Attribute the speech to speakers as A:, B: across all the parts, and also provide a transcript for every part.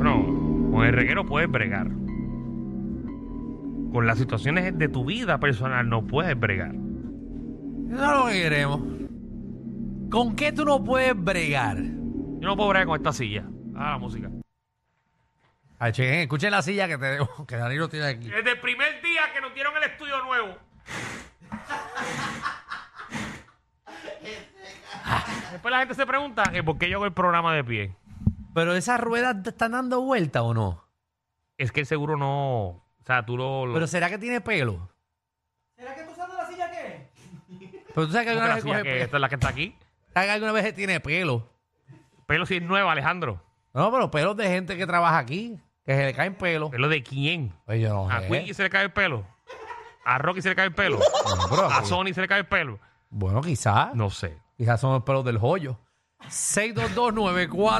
A: Bueno, con el reguero puedes bregar. Con las situaciones de tu vida personal no puedes bregar.
B: Eso es lo que queremos. ¿Con qué tú no puedes bregar?
A: Yo no puedo bregar con esta silla. Ah, la música.
B: Ay, che, escuchen la silla que te debo, que Danilo tiene aquí.
A: Desde el primer día que nos dieron el estudio nuevo. Después la gente se pregunta eh, por qué yo hago el programa de pie.
B: Pero esas ruedas te están dando vuelta o no?
A: Es que el seguro no. O sea, tú lo. lo-
B: Pero ¿será que tiene pelo? ¿Será que tú usando la silla qué? Pero tú sabes que
A: ¿Cómo que
B: alguna
A: la
B: vez,
A: silla
B: coge
A: que-
B: pelo.
A: esta es la que está aquí.
B: ¿Sabes que alguna vez tiene pelo.
A: Pelo si es nueva, Alejandro.
B: No, pero pelos de gente que trabaja aquí, que se le caen pelos.
A: ¿Pelo de quién?
B: Oye, yo no
A: A
B: sé.
A: Quickie se le cae el pelo. A Rocky se le cae el pelo.
B: Bueno, pero-
A: A Sony se le cae el pelo.
B: Bueno, quizás.
A: No sé.
B: Quizás son los pelos del joyo.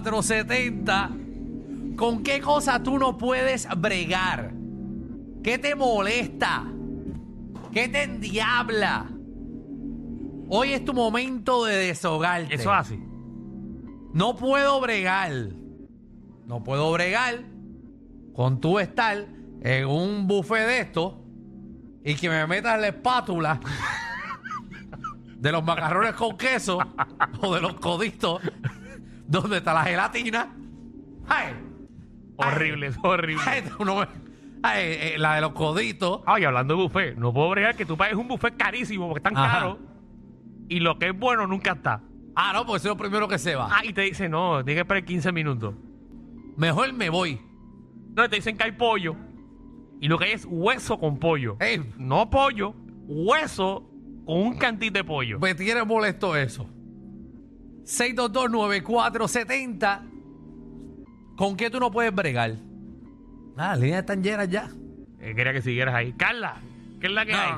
B: 6229470. ¿Con qué cosa tú no puedes bregar? ¿Qué te molesta? ¿Qué te endiabla? Hoy es tu momento de desahogarte.
A: Eso es así.
B: No puedo bregar. No puedo bregar con tú estar en un buffet de esto y que me metas la espátula de los macarrones con queso o de los coditos donde está la gelatina. ¡Ay!
A: Horrible, es horrible.
B: ay, tú no me- ay, eh, la de los coditos.
A: Ay, hablando de buffet, no puedo bregar que tú pagues un buffet carísimo porque están
B: Ajá.
A: caros y lo que es bueno nunca está.
B: Ah, no, porque eso es lo primero que se va.
A: Ah, y te dicen, no, tienes que esperar 15 minutos.
B: Mejor me voy.
A: No, te dicen que hay pollo y lo que hay es hueso con pollo.
B: Ey.
A: No pollo, hueso con un cantito de pollo.
B: Me Pues, tiene molesto eso. 6229470. ¿Con qué tú no puedes bregar? Ah, las líneas están llenas ya.
A: Eh, quería que siguieras ahí. Carla, ¿qué es la que hay?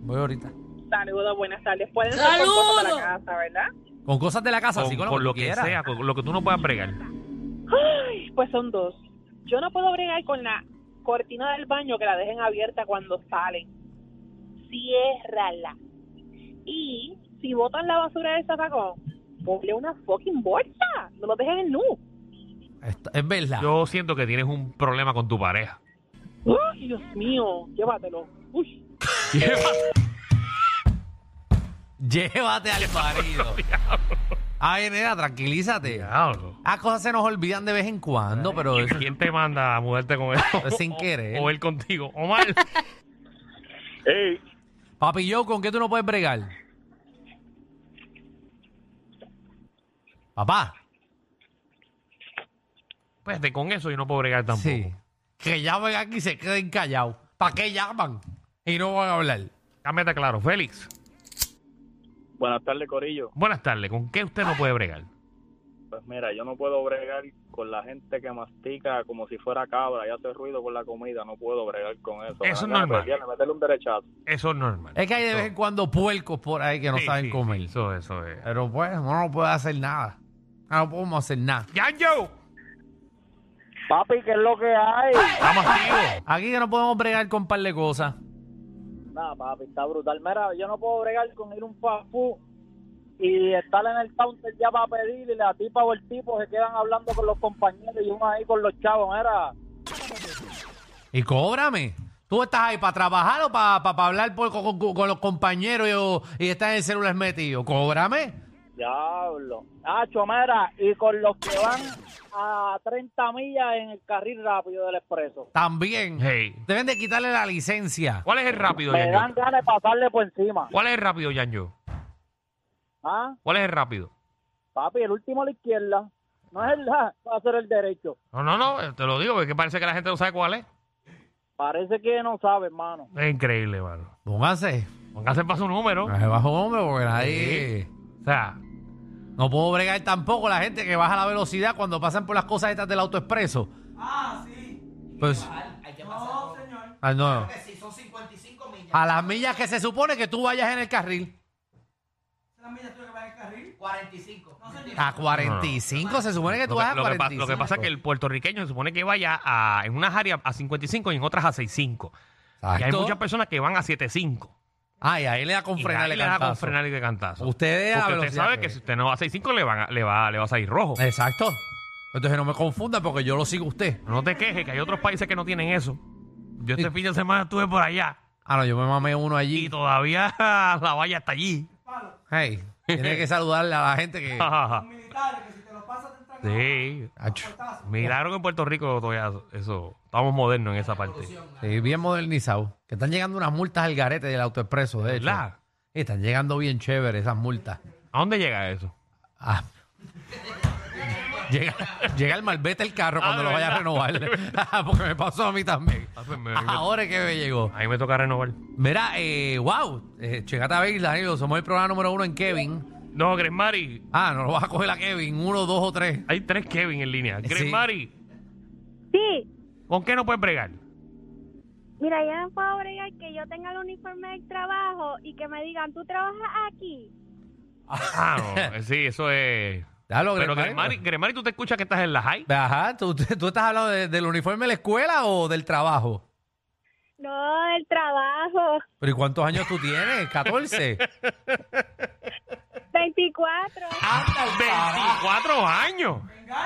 B: Voy ahorita.
C: Saludos, buenas tardes. Pueden ser por cosas de la casa, ¿verdad?
B: Con cosas de la casa,
A: Con,
B: así con,
A: con lo que sea, con lo que tú no puedas bregar.
C: Ay, pues son dos. Yo no puedo bregar con la cortina del baño que la dejen abierta cuando salen. Ciérrala. Y si botan la basura del zapacón, ponle una fucking bolsa. No lo dejen en nu.
B: Esta- Es verdad.
A: Yo siento que tienes un problema con tu pareja.
C: Ay, Dios mío, llévatelo. Uy.
B: Llévate al marido. Ay, nena, tranquilízate.
A: Diablo.
B: Las cosas se nos olvidan de vez en cuando, pero eso
A: ¿Quién te manda a mudarte con él?
B: Sin
A: O-
B: querer.
A: O él contigo. Omar.
D: Ey,
B: Papi, yo, ¿con qué tú no puedes bregar? Papá.
A: Espérate, con eso yo no puedo bregar tampoco.
B: Sí. Que llamen aquí y se queden callados. ¿Para qué llaman? Y no van a hablar.
A: Cámbiate claro. Félix,
D: buenas tardes, Corillo.
A: buenas tardes. ¿Con qué usted no puede bregar?
D: Pues mira, yo no puedo bregar con la gente que mastica como si fuera cabra y hace ruido con la comida. No puedo bregar con eso.
A: Eso es
D: Me da ganas
A: normal.
D: de meterle un derechazo.
A: Eso es normal.
B: Es que hay de vez en cuando puercos por ahí que no
A: Sí,
B: saben
A: sí,
B: comer.
A: sí, Eso, eso es.
B: Pero pues, uno no puede hacer nada. Ah, No podemos hacer nada.
A: ¡Yanjo!
D: Papi, ¿qué es lo que hay?
A: ¡Estamos activos!
B: Aquí que no podemos bregar con un par de cosas.
D: Nada, papi, está brutal. Mira, yo no puedo bregar con ir a un fast food y estar en el counter ya para pedir y la tipa o el tipo se quedan hablando con los compañeros y uno ahí con los chavos. Mira,
B: Y cóbrame. Tú estás ahí para trabajar o para hablar por- con, con- con los compañeros y, o- y estás en el celular metido. Cóbrame.
D: Diablo. Ah, Chomera, y con los que van a 30 millas en el carril rápido del expreso.
B: También.
A: Hey.
B: Deben de quitarle la licencia.
A: ¿Cuál es el rápido,
D: Me dan
A: Yanjo?
D: ganas de pasarle por encima.
A: ¿Cuál es el rápido, Yanjo?
D: Ah,
A: ¿Cuál es el rápido?
D: papi, el último a la izquierda. No es el la, va a ser el derecho.
A: No, no, no, eh, te lo digo, porque parece que la gente no sabe cuál es.
D: Parece que no sabe, hermano.
A: Es increíble, mano.
B: Pónganse. Ah.
A: Pónganse para su número.
B: Pónganse bajo hombre porque nadie...
A: O sea,
B: No puedo bregar tampoco la gente que baja la velocidad cuando pasan por las cosas estas del autoexpreso. Ah, sí. Pues. Ah, no. A las millas que se supone que tú vayas en el carril. A 45 se supone que tú
A: Lo que,
B: vas a
A: lo que pa-
B: 45.
A: lo que pasa es que el puertorriqueño se supone que vaya a, en unas áreas a 55 y en otras a 65. Y hay
B: Exacto.
A: muchas personas que van a 75.
B: Ay, ahí le da con
A: Y
B: frenar
A: ahí
B: el
A: le da con
B: cantazo.
A: frenar y de cantazo.
B: Ustedes a
A: Porque usted
B: velocidad
A: sabe
B: que- Eh.
A: que si usted no va a 65 le, van a- le, va, le va a salir rojo.
B: Exacto. Entonces no me confunda porque yo lo sigo a usted.
A: No te quejes que hay otros países que no tienen eso. Yo este fin de semana estuve por allá
B: Ah, no, yo me mamé uno
A: y
B: allí.
A: todavía la valla está allí.
B: Hey, tiene que saludarle a la gente que.
A: Ah. Sí.
B: Acho.
A: Milagro que en Puerto Rico todavía eso. Estamos modernos en esa parte.
B: Sí, bien modernizado. Que están llegando unas multas al garete del autoexpreso, de hecho.
A: ¿Verdad?
B: Sí, están llegando bien chévere esas multas.
A: ¿A dónde llega eso?
B: Ah. llega, llega el malvete el carro
A: Ah,
B: cuando
A: de
B: lo vaya a
A: verdad.
B: renovar. Porque me pasó a mí también.
A: Ah, pues me-
B: Ahora es que me llegó.
A: A mí me toca renovar.
B: Mira, eh, wow. Eh, checate a ver, Danilo. Somos el programa número uno en Kevin.
A: No, Mari
B: Ah, no lo vas a coger a Kevin. Uno, dos o tres.
A: Hay tres Kevin en línea.
B: Sí.
A: Mari
E: Sí,
A: ¿con qué no puedes bregar?
E: mira, yo no puedo bregar que yo tenga el uniforme del trabajo y que me digan, tú trabajas aquí.
A: Ah, no. eh, Sí, eso es.
B: Dalo,
A: Pero
B: Gremari.
A: Gremari, Gremari, ¿tú te escuchas que estás en la high?
B: ¿eh? Ajá, ¿tú, tú estás hablando de- del uniforme de la escuela o del trabajo?
E: No, del trabajo.
B: ¿Pero y cuántos años tú tienes? ¿14?
E: 24.
B: ¡Anda al carajo!
A: 24 años.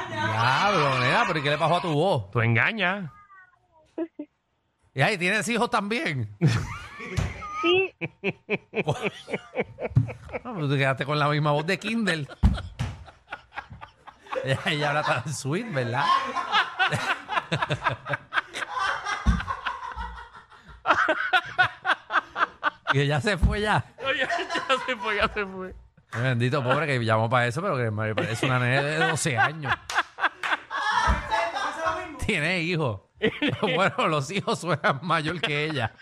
B: Diablo, nena, pero ¿y qué le pasó a tu voz?
A: Tú engañas.
B: Y ahí tienes hijos también.
E: Sí,
B: No, pero tú quedaste con la misma voz de Kindle. Ella, ella habla tan sweet, ¿verdad? y ella se fue ya.
A: No, ya, ya se fue, ya se fue.
B: Ay, Bendito pobre que llamó para eso, pero que es una nena de 12 años. Tiene hijos. Bueno, los hijos suenan mayor que ella.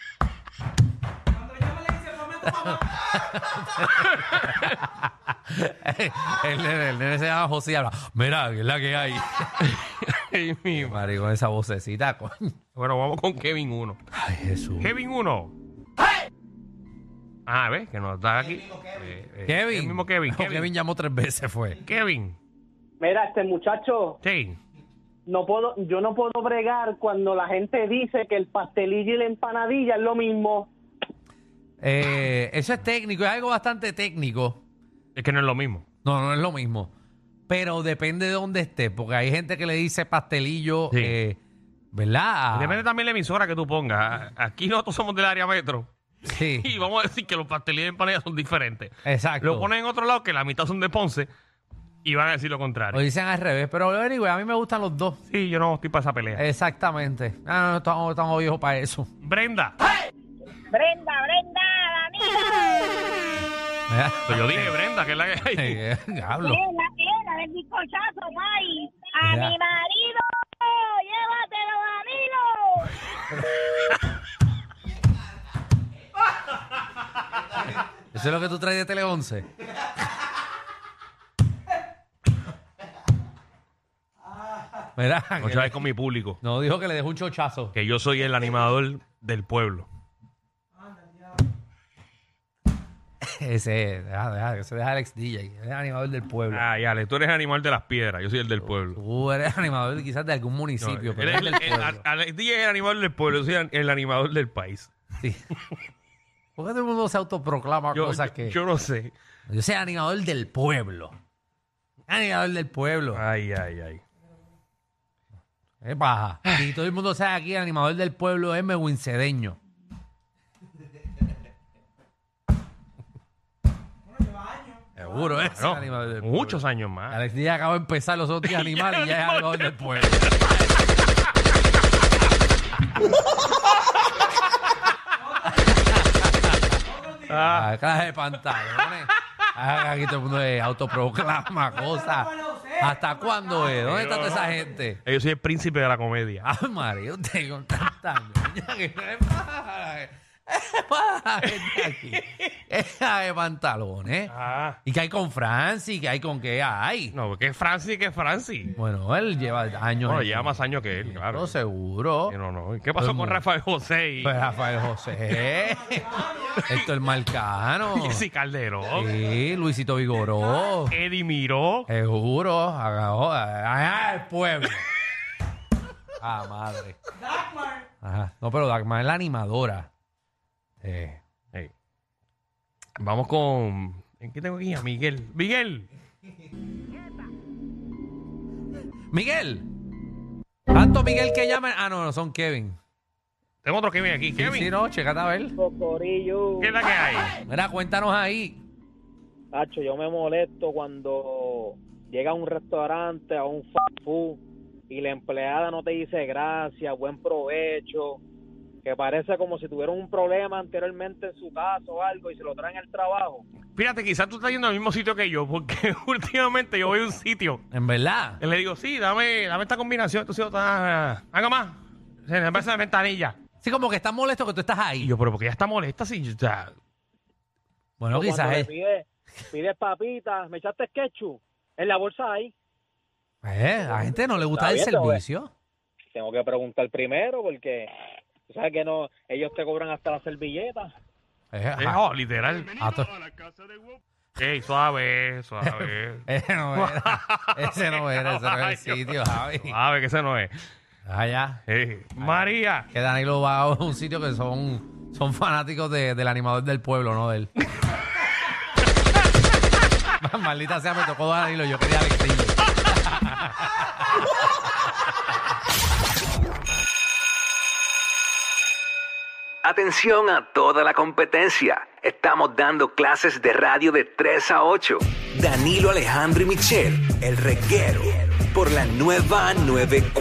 B: el, nene, el nene se llama José y habla. Mira, ¿qué es la que hay?
A: Ay, mi madre.
B: Mari, con esa vocecita, coño.
A: Bueno, vamos con Kevin 1.
B: Ay, Jesús.
A: Kevin 1. Ah, ves, que no está aquí. Eh, eh,
B: Kevin.
A: El mismo Kevin.
B: No,
A: Kevin.
B: Kevin llamó tres veces, fue.
A: Kevin.
D: Mira, este muchacho,
A: Sí.
D: no puedo, yo no puedo bregar cuando la gente dice que el pastelillo y la empanadilla es lo mismo.
B: Eh, eso es técnico, es algo bastante técnico.
A: Es que no es lo mismo.
B: No, no es lo mismo. Pero depende de dónde esté, porque hay gente que le dice pastelillo,
A: Sí.
B: eh, ¿verdad?
A: Depende también de la emisora que tú pongas. Aquí nosotros somos del área metro. Y
B: Sí,
A: vamos a decir que los pasteles de empanada son diferentes.
B: exacto.
A: Lo ponen en otro lado que la mitad son de Ponce y van a decir lo
B: Lo
A: contrario.
B: dicen al revés, pero anyway, a mí me gustan los dos.
A: Sí, yo no estoy para esa pelea.
B: Eh. Exactamente. Ah, no, no, estamos, estamos viejos para eso.
A: Brenda.
E: Brenda, Brenda, Danilo.
A: Pues yo dije Brenda, que es la que hay.
B: Eh, Hablo.
E: la era del bizcochazo, May.
B: A Ya. mi
E: marido, llévatelo, Danilo.
B: Eso es lo que tú traes de Tele 11. Mira,
A: No
B: que-
A: sabes con mi público.
B: no dijo que le dejó un chochazo.
A: Que yo soy el animador del pueblo.
B: Ese, deja, deja, que se deja Alex DJ, es animador del pueblo.
A: Ay, Ale, tú eres el animal de las piedras. Yo soy el del pueblo.
B: Tú eres animador quizás de algún municipio, pero
A: Eres
B: eres
A: el-
B: del
A: el-
B: pueblo.
A: a- Ale- DJ es el animador del pueblo. Yo soy el- el animador del país.
B: Sí. ¿Por qué todo el mundo se autoproclama
A: Yo,
B: cosas
A: yo-
B: que... Yo,
A: yo no sé.
B: soy animador del pueblo. Animador del pueblo.
A: Ay, ay, ay.
B: Es paja. Y todo el mundo sabe aquí, el animador del pueblo es Wincedeño. Seguro es.
A: No,
B: animador del pueblo.
A: muchos años más.
B: Alex Díaz acaba de empezar los otros días animales y ya es animador del pueblo.
A: Ah,
B: Ah, clase de pantalones. Ah, aquí todo el mundo se autoproclama cosas. ¿Hasta cuándo es? ¿Dónde está toda esa gente?
A: yo soy el príncipe de la comedia.
B: Ah, María, usted con tanta ñoña que no es para. Para la gente aquí. Es la de pantalones.
A: Ah.
B: ¿Y qué hay con Francis? ¿Qué hay con qué hay?
A: No, porque es Francis que es Francis.
B: Bueno, él lleva años.
A: Bueno,
B: en-
A: lleva más años que él,
B: Pero
A: claro.
B: seguro.
A: Sí, No, no. ¿Y ¿Qué pasó con Rafael José y
B: Pues Rafael José. Esto es Marcano.
A: Jessy Calderón?
B: Sí, Luisito Vigoró.
A: Eddie Miró.
B: Seguro. Agajó. Ajá, el pueblo. Ah, madre. Ajá. No, pero Dagmar es la animadora. Eh,
A: Ey. Vamos con. ¿En qué tengo aquí? A Miguel. Miguel.
B: Miguel. Tanto Miguel que llaman. Ah, no, no, son Kevin.
A: Tengo otro Kevin aquí.
B: Sí,
A: Kevin.
B: sí, no, checate a ver.
D: Cocorillo.
A: ¿Qué es la que hay?
B: Mira, cuéntanos ahí.
D: Hacho, yo me molesto cuando llega a un restaurante, a un fast food, y la empleada no te dice gracias, buen provecho, que parece como si tuvieron un problema anteriormente en su casa o algo y se lo traen al trabajo.
A: Fíjate, quizás tú estás yendo al mismo sitio que yo, porque últimamente yo voy a un sitio.
B: En verdad.
A: y Le digo, sí, dame, dame esta combinación. Entonces, está, haga más. Se me pasa la ventanilla.
B: Sí, como que estás molesto que tú estás
A: Y
B: ahí.
A: yo, pero porque ella está molesta si yo- o sea,
B: Bueno,
D: O cuando
B: quizás
D: le
B: es.
D: Pide, pide papitas, me echaste ketchup en la bolsa ahí.
B: Eh, a la gente no le gusta
D: Está
B: el
D: bien, lo ves.
B: servicio.
D: Tengo que preguntar primero porque tú sabes que no, ellos te cobran hasta la servilleta.
B: Eh,
A: eh,
B: ajá.
A: oh, literal.
B: A to-
A: Ey, suave, suave.
B: Ese no era. Ese no era, ese no era el sitio, Javi.
A: Suave, que ese no es.
B: Allá.
A: Ey, María.
B: Que Danilo va a un sitio que son, son fanáticos de- del animador del pueblo, no de él. Maldita sea, me tocó Danilo, yo quería vestirlo.
F: Atención a toda la competencia. Estamos dando clases de radio de 3 a 8. Danilo Alejandro y Michel, el reguero, por la nueva 94.